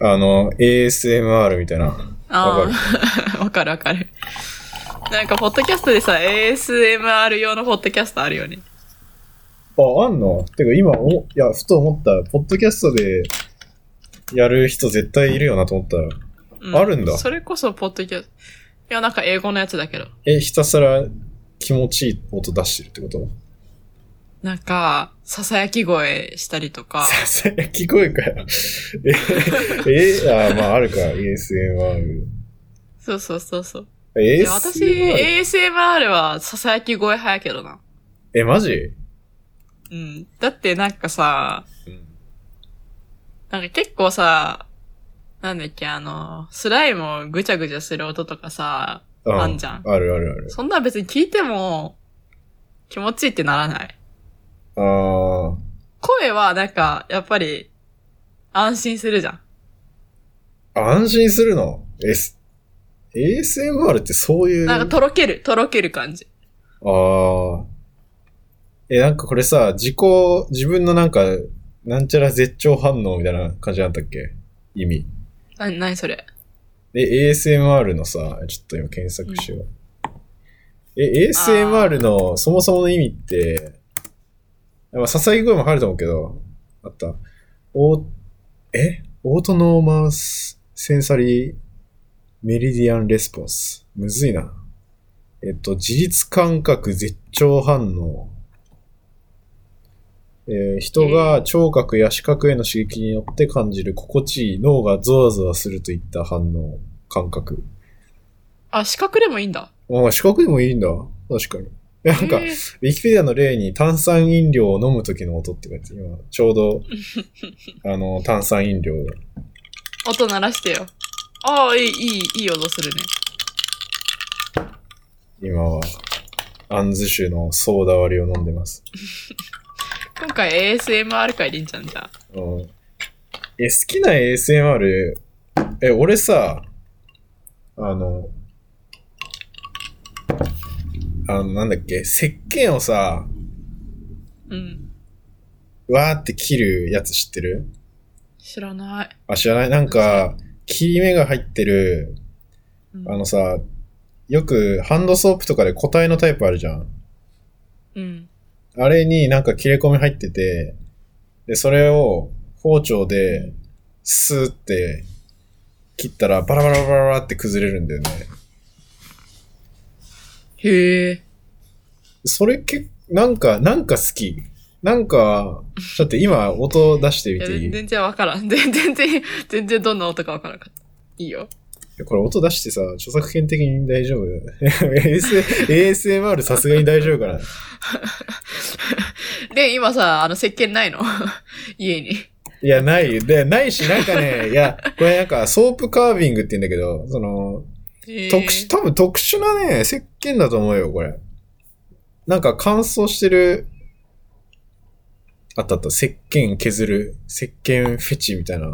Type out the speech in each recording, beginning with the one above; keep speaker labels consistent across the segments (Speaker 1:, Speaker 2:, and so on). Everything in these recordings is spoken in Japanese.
Speaker 1: あの、ASMR みたいな。
Speaker 2: あ
Speaker 1: わか
Speaker 2: あ、 わかるわかる。なんか、ポッドキャストでさ、ASMR 用のポッドキャストあるよね。
Speaker 1: あ、あんのてか今お、いや、ふと思った。ポッドキャストでやる人絶対いるよなと思ったら。
Speaker 2: う
Speaker 1: あるんだ
Speaker 2: それこそ、ポッドキャスト。いや、なんか英語のやつだけど。
Speaker 1: え、ひたすら気持ちいい音出してるってこと
Speaker 2: なんか、囁き声したりとか。
Speaker 1: ささ やき声かよ。え、え、あ、まああるか、ASMR。
Speaker 2: そうそうそうそう。い
Speaker 1: ASMR?
Speaker 2: や私、ASMR は囁き声派やけどな。
Speaker 1: え、マジ
Speaker 2: うん。だってなんかさ、なんか結構さ、なんだっけ、あの、スライムをぐちゃぐちゃする音とかさ、
Speaker 1: う
Speaker 2: あんじゃん
Speaker 1: あるあるある。
Speaker 2: そんな別に聞いても、気持ちいいってならない。
Speaker 1: あ
Speaker 2: 声はなんか、やっぱり、安心するじゃん。
Speaker 1: あ、安心するの ?S、ASMR ってそういう。
Speaker 2: なんかとろける、とろける感じ。
Speaker 1: ああ。え、なんかこれさ、自己、自分のなんか、なんちゃら絶頂反応みたいな感じなんだったっけ意味。
Speaker 2: な、なにそれ。
Speaker 1: で、ASMR のさ、ちょっと今検索しよう。え、ASMR のそもそもの意味って、まあ、支え声も入ると思うけど、あった。オえオートノーマスセンサリーメリディアンレスポンス。むずいな。えっと、自律感覚絶頂反応。えー人が聴覚や視覚への刺激によって感じる心地いい脳がゾワゾワするといった反応、感覚。
Speaker 2: あ、視覚でもいいんだ。
Speaker 1: あ、視覚でもいいんだ。確かに。えなんか、
Speaker 2: えー
Speaker 1: ウィキペディアの例に炭酸飲料を飲む時の音って書いてある、今、ちょうど、あの、炭酸飲料。
Speaker 2: 音鳴らしてよ。ああ、いい、いい、いい音するね。
Speaker 1: 今は、アンズ酒のソーダ割りを飲んでます。
Speaker 2: 今回 ASMR 会でいいんじゃん、じゃあ。
Speaker 1: うん。え、好きな ASMR、え、俺さ、あの、あの、なんだっけ、石鹸をさ、
Speaker 2: うん。
Speaker 1: わーって切るやつ知ってる
Speaker 2: 知らない。
Speaker 1: あ、知らないなんか、切り目が入ってる、
Speaker 2: うん
Speaker 1: あのさ、よくハンドソープとかで固体のタイプあるじゃん。
Speaker 2: うん。
Speaker 1: あれになんか切れ込み入ってて、で、それを包丁でスーって切ったらバラバラバラバラって崩れるんだよね。
Speaker 2: へえ。
Speaker 1: それけなんか、なんか好き。なんか、ちょっと今音出してみ
Speaker 2: いや
Speaker 1: てい
Speaker 2: 全
Speaker 1: い
Speaker 2: 全然わからん。全 然、全然、全然どんな音かわからんかった。いいよ。
Speaker 1: これ音出してさ、著作権的に大丈夫 AS ?ASMR さすがに大丈夫かな
Speaker 2: で、今さ、あの、石鹸ないの 家に。
Speaker 1: いや、ない。で、ないし、なんかね、いや、これなんか、ソープカービングって言うんだけど、その、
Speaker 2: へー
Speaker 1: 特殊、多分特殊なね、石鹸だと思うよ、これ。なんか乾燥してる、あったあった、石鹸削る、石鹸フェチみたいな。い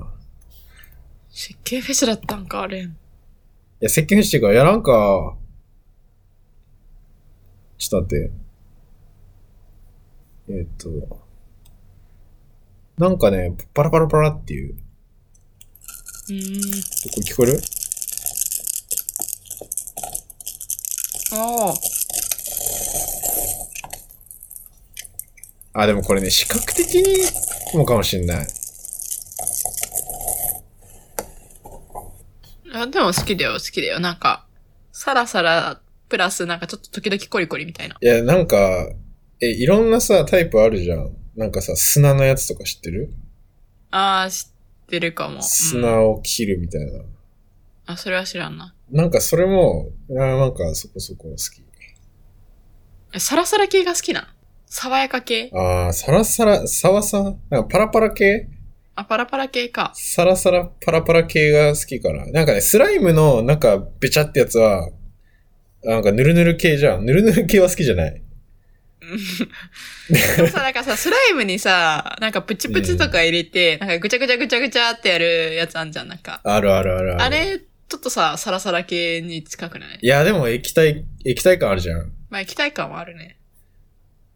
Speaker 2: 石鹸フェスだったんか、あれ。
Speaker 1: や、石鹸フェチっていうか、いや、なんか、ちょっと待って。えーっと、なんかね、パラパラパラっていう。
Speaker 2: うーん。
Speaker 1: これ聞こえる
Speaker 2: ああ。
Speaker 1: あ、でもこれね、視覚的にもかもしんない。
Speaker 2: あでも好きだよ、好きだよ。なんか、サラサラ、プラスなんかちょっと時々コリコリみたいな。
Speaker 1: いや、なんか、え、いろんなさ、タイプあるじゃん。なんかさ、砂のやつとか知ってる
Speaker 2: ああ、知ってるかも。うん
Speaker 1: 砂を切るみたいな。
Speaker 2: あ、それは知らんな。
Speaker 1: なんかそれも、あーなんかそこそこ好き。
Speaker 2: えサラサラ系が好きなの爽やか系
Speaker 1: あー、サラサラ、サワサなんかパラパラ系
Speaker 2: あ、パラパラ系 か。
Speaker 1: サラサラ、パラパラ系が好きかな。なんかね、スライムの、なんか、べちゃってやつは、なんか、ぬるぬる系じゃん。ぬるぬる系は好きじゃない。
Speaker 2: でもさ、なんかさ、スライムにさ、なんかプチプチとか入れて、なんかぐちゃぐちゃぐちゃぐちゃってやるやつあんじゃん、なんか。
Speaker 1: あるあるあるある。
Speaker 2: あれ、ちょっとさ、サラサラ系に近くない
Speaker 1: いや、でも液体、液体感あるじゃん。
Speaker 2: まあ、液体感はあるね。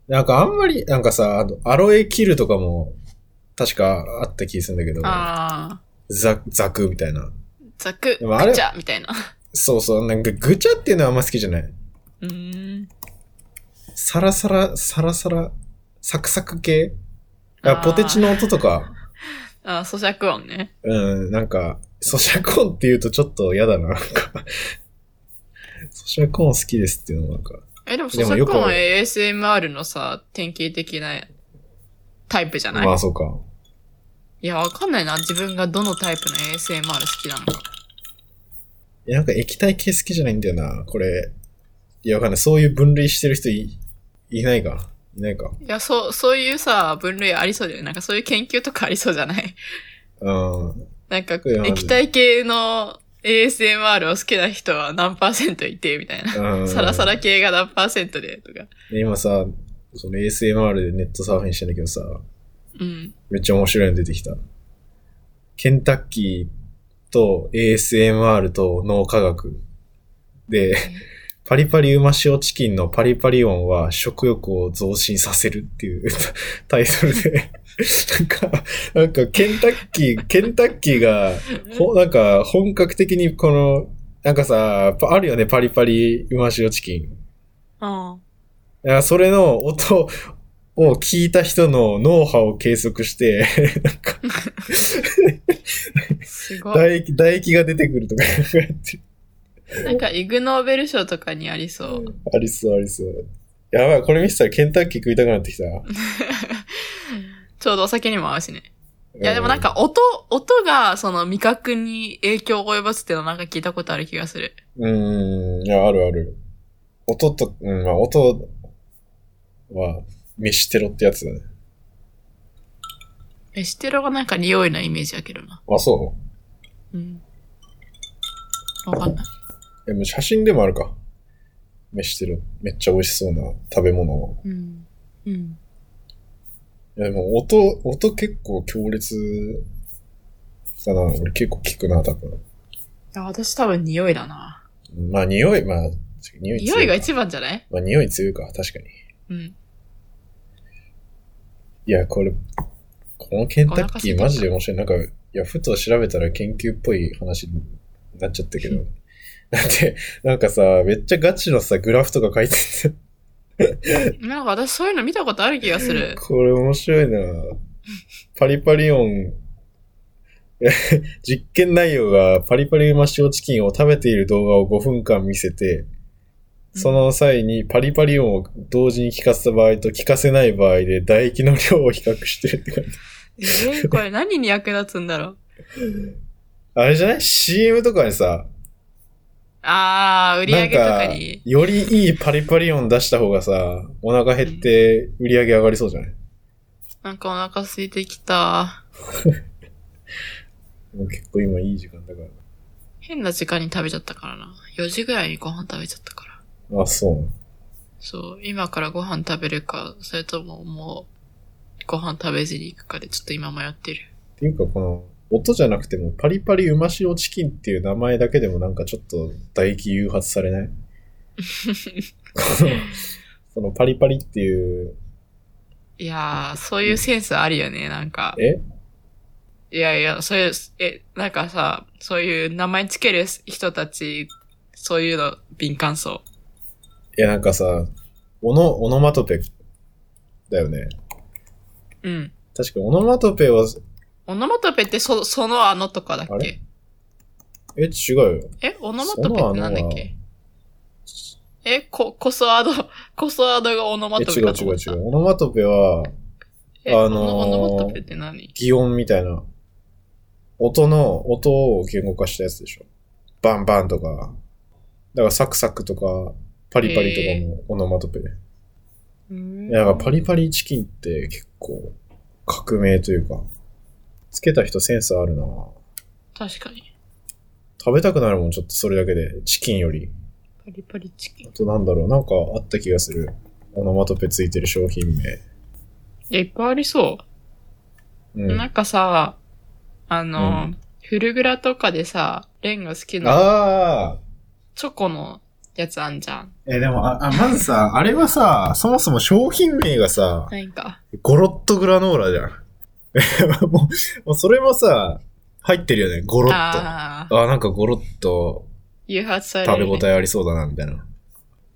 Speaker 1: なんかあんまり、なんかさ、あのアロエキルとかも、確かあった気するんだけど、
Speaker 2: ああ。
Speaker 1: ザ、ザクみたいな。
Speaker 2: ザク、
Speaker 1: でもあれ
Speaker 2: ぐちゃ、みたいな。
Speaker 1: そうそう、なんかぐちゃっていうのはあんま好きじゃない。
Speaker 2: うーん。
Speaker 1: サラサラ、サラサラ、サクサク系あ
Speaker 2: あー
Speaker 1: ポテチの音とか、
Speaker 2: あ、咀嚼音ね。
Speaker 1: うん、なんか、咀嚼音って言うとちょっと嫌だな、なんか。咀嚼音好きですっていうのもなんか。
Speaker 2: え、でも咀
Speaker 1: でも
Speaker 2: 嚼
Speaker 1: よく
Speaker 2: 音は ASMR のさ、典型的なタイプじゃない、
Speaker 1: まあそうか。
Speaker 2: いや、わかんないな。自分がどのタイプの ASMR 好きなのか。
Speaker 1: いやなんか液体系好きじゃないんだよな、これ。いや、わかんない。そういう分類してる人い、いないか。いないか。
Speaker 2: いや、そう、そういうさ、分類ありそうだよね。なんかそういう研究とかありそうじゃない
Speaker 1: うん。
Speaker 2: なんか、
Speaker 1: いや
Speaker 2: 液体系の ASMR を好きな人は何パーセントいて、みたいな。
Speaker 1: うん
Speaker 2: サラサラ系が何パーセントで、とか。
Speaker 1: で今さ、その ASMR でネットサーフィンしてんだけどさ、
Speaker 2: うん。
Speaker 1: めっちゃ面白いの出てきた。ケンタッキーと ASMR と脳科学。で、パリパリうま塩チキンのパリパリ音は食欲を増進させるっていう タイトルで、なんか、なんかケンタッキー、ケンタッキーが、ほなんか本格的にこの、なんかさ、パあるよね、パリパリうま塩チキン。
Speaker 2: うん。
Speaker 1: いや、それの音を聞いた人の脳波を計測して、なんか、
Speaker 2: すごい。
Speaker 1: 唾液、唾液が出てくるとか 考えてる
Speaker 2: なんか、イグノーベル賞とかにありそう。
Speaker 1: ありそう、ありそう。やばい、これ見てたらケンタッキー食いたくなってきた。い
Speaker 2: ちょうどお酒にも合うしね。いや、でもなん、か音、音がその味覚に影響を及ぼすっていうのなんか聞いたことある気がする。
Speaker 1: うん、いや、あるある。音と、うん、まあ、音は、飯テロってやつだね。
Speaker 2: エシテロがなんか匂いなイメージやけどな。
Speaker 1: あ、そ
Speaker 2: うん。わかんない。
Speaker 1: う。でも写真でもあるか。飯テロ、めっちゃ美味しそうな食べ物を。
Speaker 2: うん。うん。
Speaker 1: いや、でも音、音結構強烈だな。俺結構聞くな、多分。
Speaker 2: いや、私多分匂いだな。
Speaker 1: まあ、匂い、まあ、匂い強いか。
Speaker 2: 匂いが一番じゃない
Speaker 1: まあ、匂い強いか、確かに。
Speaker 2: うん。
Speaker 1: いや、これ、このケンタッキ
Speaker 2: お腹空いてき
Speaker 1: ー
Speaker 2: た
Speaker 1: マジで面白い。なんか、いや、ふと調べたら研究っぽい話になっちゃったけ ど。だって、なんかさ、めっちゃガチのさ、グラフとか書いてて、
Speaker 2: なんか私そういうの見たことある気がする。
Speaker 1: これ面白いなパリパリ音、 実験内容がパリパリマシオチキンを食べている動画を5分間見せて、その際にパリパリ音を同時に聞かせた場合と聞かせない場合で唾液の量を比較してるって感じ。
Speaker 2: えーこれ何に役立つんだろう。
Speaker 1: あれじゃない ?CM とかでさ、
Speaker 2: あー、売り
Speaker 1: な
Speaker 2: 上
Speaker 1: ん
Speaker 2: げとか
Speaker 1: か、
Speaker 2: に。
Speaker 1: よりいいパリパリ音出した方がさ、お腹減って売り上げ上がりそうじゃない、
Speaker 2: なんかお腹空いてきた。
Speaker 1: もう結構今いい時間だか
Speaker 2: 変な時間に食べちゃったからな。4時ぐらいにご飯食べちゃったから。
Speaker 1: ら。あ、そうなの
Speaker 2: そう、今からご飯食べるか、それとももう、ご飯食べずに行くかで、ちょっと今迷ってる。
Speaker 1: っていうかこの、音じゃなくてもパリパリうま塩チキンっていう名前だけでもなんかちょっと唾液誘発され ないこの、そのパリパリっていう、
Speaker 2: いやー、そういうセンスあるよね、なんか。
Speaker 1: え
Speaker 2: いやいや、そういう、え、なんかさ、そういう名前つける人たち、そういうの、敏感そう。
Speaker 1: いやなんかさ、オノ、オノマトペだよね。
Speaker 2: うん。
Speaker 1: 確かオノマトペは、
Speaker 2: オノマトペってそ、そのあのとかだっ
Speaker 1: あ
Speaker 2: け
Speaker 1: れえ、違うよ。
Speaker 2: え、オノマトペってなんだっ
Speaker 1: そのあのは
Speaker 2: けえ、こ、コソアド、コソアドがオノマ
Speaker 1: え、
Speaker 2: トペ
Speaker 1: 違う
Speaker 2: かと
Speaker 1: 違
Speaker 2: 思
Speaker 1: う
Speaker 2: った。
Speaker 1: 違う。オノマトペは、
Speaker 2: え、
Speaker 1: あのー
Speaker 2: オノオノマトペって何
Speaker 1: 擬音みたいな、音の、音を言語化したやつでしょ。バンバンとか、だからサクサクとか、パリパリとかもオノマトペで。いや、だからパリパリチキンって結構革命というか、つけた人センスあるな
Speaker 2: 確かに。
Speaker 1: 食べたくなるもん、ちょっとそれだけで。チキンより。
Speaker 2: パリパリチキン
Speaker 1: あ。となんだろう、なんかあった気がする。オノマトペついてる商品名。
Speaker 2: いや、いっぱいありそうう。
Speaker 1: ん。
Speaker 2: な
Speaker 1: あ
Speaker 2: んかさ、あの、
Speaker 1: う
Speaker 2: フルグラとかでさ、レンが好きな
Speaker 1: あー
Speaker 2: チョコのやつあんじゃん。
Speaker 1: え、でも、あ、あまずさ、あれはさ、そもそも商品名がさ、
Speaker 2: なんか、
Speaker 1: ゴロッとグラノーラじゃん。もう、もうそれもさ、入ってるよね、ゴロッと。あ
Speaker 2: ああ、
Speaker 1: あ、なんかゴロッと
Speaker 2: 誘発され
Speaker 1: 食べ
Speaker 2: る、
Speaker 1: 応
Speaker 2: ね。
Speaker 1: えありそうだな、みたいな。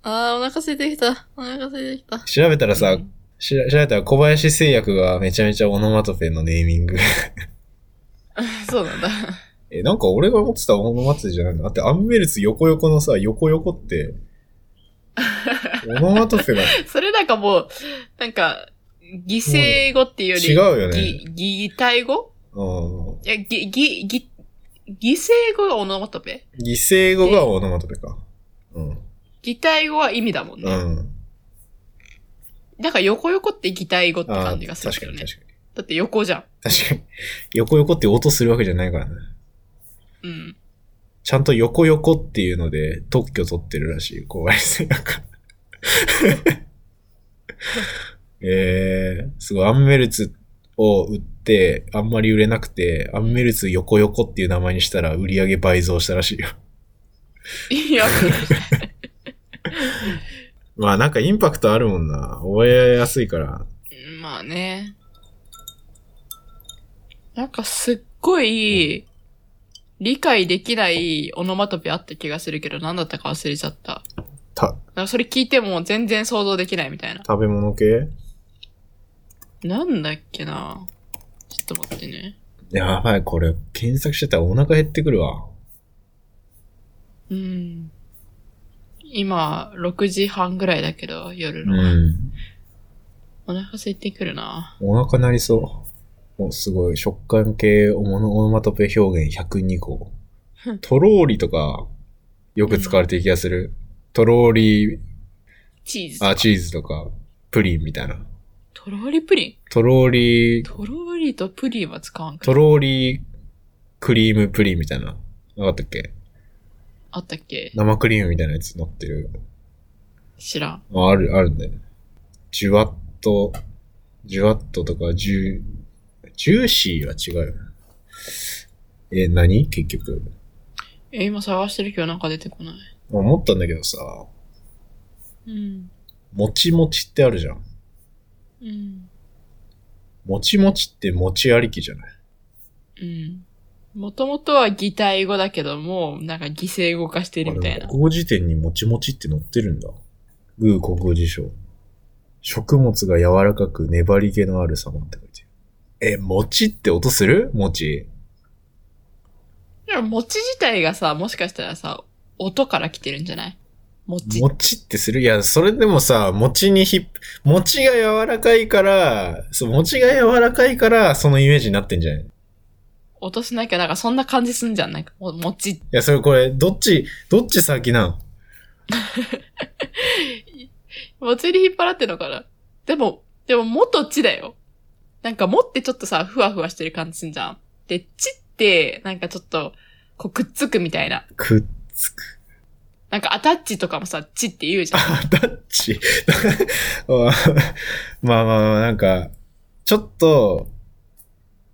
Speaker 2: ああ、お腹空いてきた。お腹空いてきた。
Speaker 1: 調べたらさ、
Speaker 2: うん
Speaker 1: しら調べたら小林製薬がめちゃめちゃオノマトペのネーミング。
Speaker 2: そうなんだ。
Speaker 1: え、なんか俺が持ってたオノマトペじゃないのだってアンベルツ横横のさ、横横 って、オノマトペが
Speaker 2: それなんかもう、なんか、犠牲語っていうより、
Speaker 1: 違うよね。
Speaker 2: ぎ擬態語
Speaker 1: うん。
Speaker 2: いや、ぎ、ぎ、ぎ、犠牲語がオノマトペ
Speaker 1: 犠牲語がオノマトペか。うん。
Speaker 2: 擬態語は意味だもん
Speaker 1: う
Speaker 2: ね。
Speaker 1: ん。
Speaker 2: なんか横横って擬態語って
Speaker 1: ああ、
Speaker 2: 感
Speaker 1: 確
Speaker 2: じ
Speaker 1: か
Speaker 2: が
Speaker 1: に
Speaker 2: する
Speaker 1: 確
Speaker 2: け
Speaker 1: か
Speaker 2: ど
Speaker 1: に。
Speaker 2: ね。だって横じゃん。
Speaker 1: 確かに。横横って音するわけじゃないからね。
Speaker 2: うん。
Speaker 1: ちゃんと横横っていうので特許取ってるらしい、小林製薬。 えー、すごい、アンメルツを売って、あんまり売れなくて、アンメルツ横横っていう名前にしたら売り上げ倍増したらしいよ。
Speaker 2: いや、
Speaker 1: まあなんかインパクトあるもんな。覚えやすいから。
Speaker 2: まあね。なんかすっごい、理解できないオノマトペあった気がするけど、何だったか忘れちゃった。
Speaker 1: た、
Speaker 2: だからそれ聞いても全然想像できないみたいな。
Speaker 1: 食べ物系
Speaker 2: なんだっけなちょっと待ってね。
Speaker 1: やばい、これ、検索してたらお腹減ってくるわ。
Speaker 2: うん。今、6時半ぐらいだけど、夜
Speaker 1: う
Speaker 2: の。
Speaker 1: ん。
Speaker 2: お腹空いてくるな
Speaker 1: お腹なりそう。おすごい。食感系おものオノマトペ表現102個。とろーりとか、よく使われてる気がする。とろーり、
Speaker 2: チーズ。
Speaker 1: あ、チーズとか、プリンみたいな。
Speaker 2: とろりプリ
Speaker 1: とろーり
Speaker 2: ン。、とろりとプリンは使わんか
Speaker 1: とろーり、クリームプリンみたいな。なかったっけ
Speaker 2: あったっけ
Speaker 1: 生クリームみたいなやつ乗ってる。
Speaker 2: 知らん。
Speaker 1: あ、ある、あるんだよね。ジュワッと、ジュワッととか、ジュ、ジューシーは違うよな。え、何結局。
Speaker 2: え、今探してるけどなんか出てこない。
Speaker 1: 思ったんだけどさ、
Speaker 2: うん。
Speaker 1: もちもちってあるじゃん。
Speaker 2: うん。
Speaker 1: もちもちってもちありきじゃない
Speaker 2: うん。もともとは擬態語だけども、なんか犠牲語化してるみたい
Speaker 1: あで
Speaker 2: な
Speaker 1: も。国語辞典にもちもちって載ってるんだ。グー国語辞書。食物が柔らかく粘り気のある様って書いてる。え、もちって音するもち。
Speaker 2: でも、餅自体がさ、もしかしたらさ、音から来てるんじゃない餅。
Speaker 1: もちってするいや、それでもさ、もちにひっ、もちが柔らかいから、そう、もちが柔らかいから、そのイメージになってんじゃないい
Speaker 2: 音しなきゃ、なんかそんな感じすんじゃん。なんか、も餅って
Speaker 1: や、それこれ、どっち、どっち先なの
Speaker 2: もつり引っ張らってんのかなでも、でも、もとちだよ。なんか、もってちょっとさ、ふわふわしてる感じすんじゃん。で、ちって、なんかちょっと、こう、くっつくみたいな。
Speaker 1: くっつく。
Speaker 2: なんか、アタッチとかもさ、ちって言 うじゃん。
Speaker 1: アタッチ。まあまあまあ、なんか、ちょっと、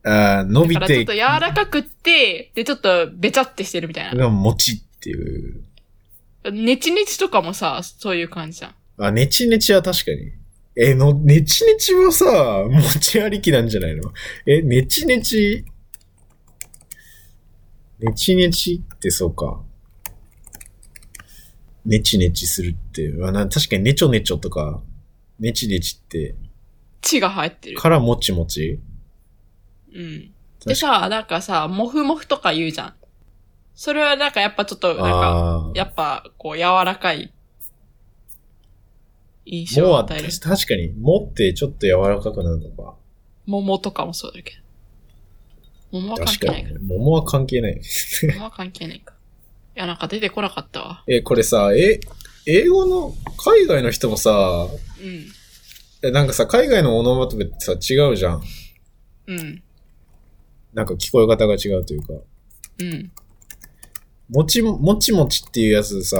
Speaker 1: あー伸び
Speaker 2: だから、ちょってと、柔らかくって、で、ちょっと、べちゃってしてるみたいな。
Speaker 1: がもちっていう。
Speaker 2: ねちねちとかもさ、そういう感じじゃん。
Speaker 1: あ、ねちねちは確かに。え、の、ねちねちもさ、もちありきなんじゃないのえ、ねちねち。ねちねちってそうか。ねちねちするって。あな確かにねちょねちょとか、ねちねちって、
Speaker 2: ちが入ってる。
Speaker 1: からもちもち
Speaker 2: うん。でさ、なんかさ、もふもふとか言うじゃん。それはなんかやっぱちょっと、なんか、
Speaker 1: あー
Speaker 2: やっぱ、こう、柔らかい印象
Speaker 1: も
Speaker 2: を
Speaker 1: は
Speaker 2: 与える。
Speaker 1: 確確かに、もってちょっと柔らかくなるのか。
Speaker 2: 桃とかもそうだけど。桃は関
Speaker 1: 確
Speaker 2: 係
Speaker 1: か
Speaker 2: ない
Speaker 1: に
Speaker 2: か。。
Speaker 1: 桃は関係ない。
Speaker 2: 桃は関係ないか。いや、なんか出てこなかったわ。
Speaker 1: え、これさ、え、英語の、海外の人もさ、
Speaker 2: うん。
Speaker 1: え、なんかさ、海外のオノマトペってさ、違うじゃん。
Speaker 2: うん。
Speaker 1: なんか聞こえ方が違うというか。
Speaker 2: うん。
Speaker 1: もちも、もちもちっていうやつさ、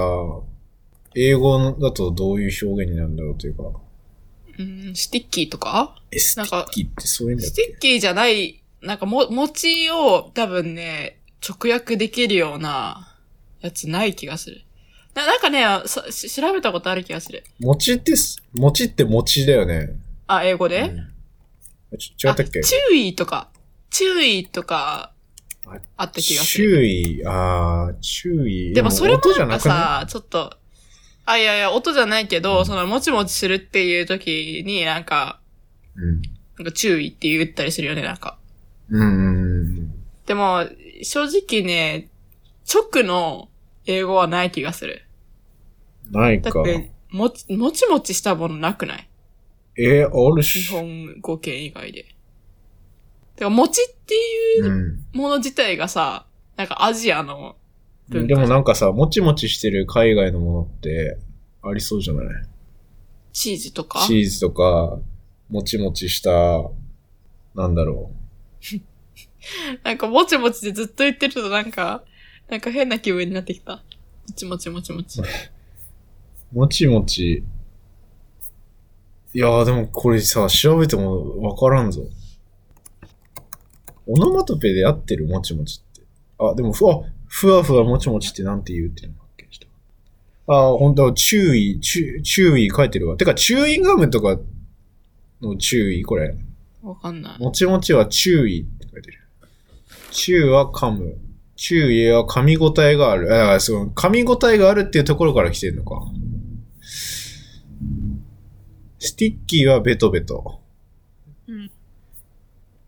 Speaker 1: 英語だとどういう表現になるんだろうというか。
Speaker 2: うん、スティッキーとか
Speaker 1: え、ステ
Speaker 2: な
Speaker 1: ィ
Speaker 2: んか
Speaker 1: ッキーってそういう意味だっ
Speaker 2: ス
Speaker 1: け
Speaker 2: ティッキーじゃない、なんかも、餅を多分ね、直訳できるようなやつない気がする。ななんかねさし調べたことある気がする。
Speaker 1: もちってす、もちってもちだよね。
Speaker 2: あ、英語で、
Speaker 1: うんち違ったっけ
Speaker 2: あ注意とか、注意とか、あった気がする。
Speaker 1: 注意、ああ、注意。
Speaker 2: でもそれも
Speaker 1: 音じゃ
Speaker 2: なんか
Speaker 1: なくない
Speaker 2: さ、ちょっと、あ、いやいや、音じゃないけど、
Speaker 1: うん
Speaker 2: その、もちもちするっていう時に、なんか、
Speaker 1: うん。
Speaker 2: なんか注意って言ったりするよね、なんか。
Speaker 1: うんうんうん。
Speaker 2: でも、正直ね、直の英語はない気がする。
Speaker 1: ない
Speaker 2: だ
Speaker 1: か
Speaker 2: っ。て、もち、もちもちしたものなくない
Speaker 1: えー、ある
Speaker 2: 日
Speaker 1: し。
Speaker 2: 本語圏以外で。てか、もちっていう
Speaker 1: うん。
Speaker 2: もの自体がさ、なんかアジアの文化
Speaker 1: でもなんかさ、もちもちしてる海外のものって、ありそうじゃない
Speaker 2: チーズとか
Speaker 1: チーズとか、もちもちした、なんだろ
Speaker 2: なんかもちもちでずっと言ってるとなんか、なんか変な気分になってきた。もちもちもちもち。
Speaker 1: う。もちもち。いやーでもこれさ、調べてもわからんぞ。オノマトペで合ってるもちもちって。あ、でもふわ、ふわふわもちもちってなんて言うっていうのを発見した。あー、本当は注意、注注意書いてるわ。てか、チューインガムとかの注意これ。
Speaker 2: わかんない。
Speaker 1: もちもちは注意って書いてる。注は噛む。注意は噛み応えがある。あ、そう、噛み応えがあるっていうところから来てるのか。スティッキーはベトベト。
Speaker 2: うん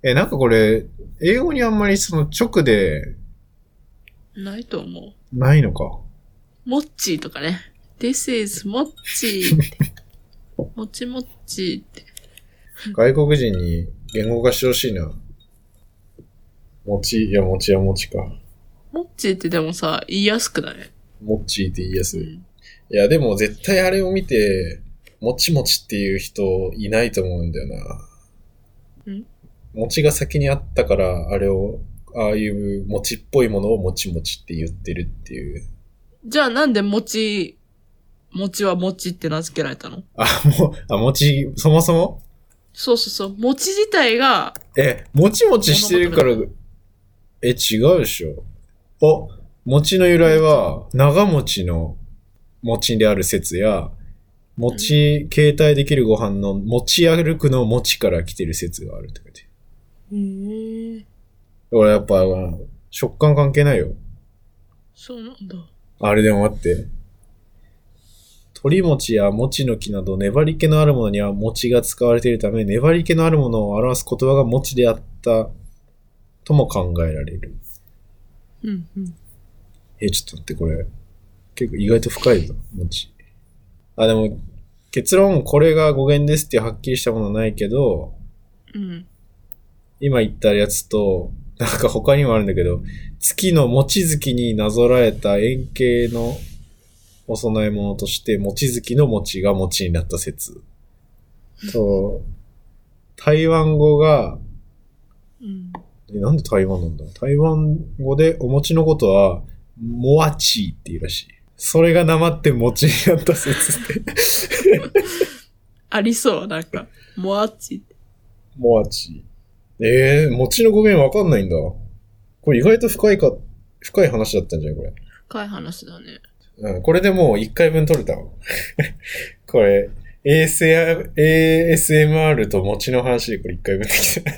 Speaker 1: え、なんかこれ、英語にあんまりその直で
Speaker 2: ないと思
Speaker 1: ないのか。
Speaker 2: う。もっちーとかね。This is もっちーって。もちもっちーって。
Speaker 1: 外国人に言語化してほしいな。もち、いや、もちはもちか。
Speaker 2: もっちーってでもさ、言いやすくない
Speaker 1: もっちーって言いやす
Speaker 2: う
Speaker 1: い。
Speaker 2: ん
Speaker 1: いや、でも絶対あれを見て、もちもちっていう人いないと思うんだよな。
Speaker 2: ん
Speaker 1: もちが先にあったから、あれを、ああいうもちっぽいものをもちもちって言ってるっていう。
Speaker 2: じゃあなんでもち、もちはもちって名付けられたの
Speaker 1: あ、も、あ、もち、そもそも
Speaker 2: そうそうそう。もち自体が、
Speaker 1: え、もちもちしてるから、え、違うでしょ。お、もちの由来は、長持ちの餅である説や、もち、携帯できるご飯の持ち歩くの持ちから来てる説があるって書いてある
Speaker 2: へえ、
Speaker 1: 俺やっぱ、食感関係ないよ。
Speaker 2: そうなんだ。
Speaker 1: あれでも待って。鶏餅や餅の木など粘り気のあるものには餅が使われているため、粘り気のあるものを表す言葉が餅であったとも考えられる。
Speaker 2: うんうん。
Speaker 1: え、ちょっと待って、これ。結構意外と深いぞ、餅。あ、でも、結論、これが語源ですっていうはっきりしたものはないけど、
Speaker 2: うん。
Speaker 1: 今言ったやつと、なんか他にもあるんだけど、月の餅月になぞらえた円形のお供え物として、餅月の餅が餅になった説。と、台湾語が、
Speaker 2: うん。
Speaker 1: えなんで台湾なんだ台湾語でお餅のことは、モワチーっていうらしい。それがなまって餅になった説って。
Speaker 2: ありそう、なんか。もわっち。
Speaker 1: モワチー。ええー、餅の語源わかんないんだ。これ意外と深いか、深い話だったんじゃないこれ。
Speaker 2: 深い話だね。
Speaker 1: うん、これでもう1回分取れたわ。 これ、ASR ASMR と餅の話でこれ1回分できた。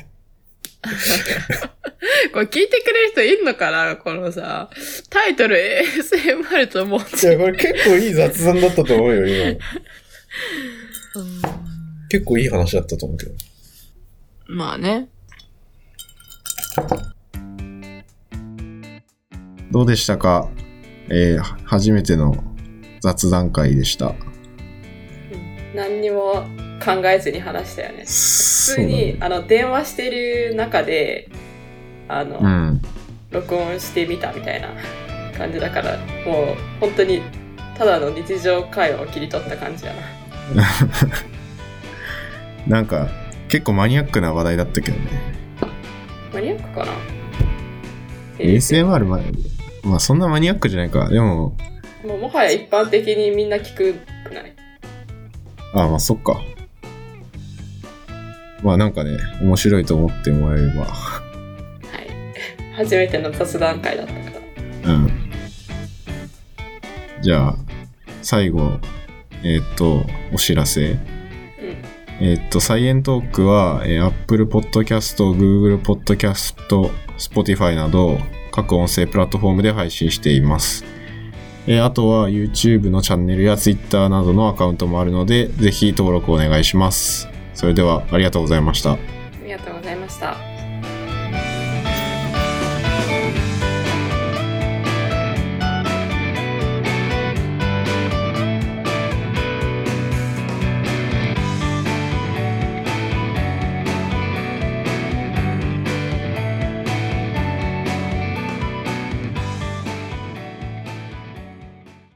Speaker 2: これ聞いてくれる人いんのかなこのさ、タイトル ASMR と思っ
Speaker 1: いや、
Speaker 2: て。
Speaker 1: これ結構いい雑談だったと思うよ、今。結構いい話だったと思うけど。
Speaker 2: まあね。
Speaker 1: どうでしたかえー、初めての雑談会でした。
Speaker 2: 何にも考えずに話したよね。普
Speaker 1: 普
Speaker 2: 通に、あの、電話してる中で、あの、
Speaker 1: うん。
Speaker 2: 録音してみたみたいな感じだから、もう本当にただの日常会話を切り取った感じやな。
Speaker 1: なんか、結構マニアックな話題だったけどね。
Speaker 2: マニアックかな
Speaker 1: ASMR まで、まあそんなマニアックじゃないか。でも、
Speaker 2: もうもはや一般的にみんな聞くくない
Speaker 1: あまあそっか。まあなんかね、面白いと思ってもらえれば。
Speaker 2: はい。 初めての雑談会だったから。
Speaker 1: うん。じゃあ、最後、えーっと、お知らせ。
Speaker 2: う
Speaker 1: えーっと、サイエントークは、えー、Apple Podcast、Google Podcast、 Spotify など各音声プラットフォームで配信しています。えーあとは YouTube のチャンネルや Twitter などのアカウントもあるので、ぜひ登録お願いします。それではありがとうございました。
Speaker 2: ありがとうございました。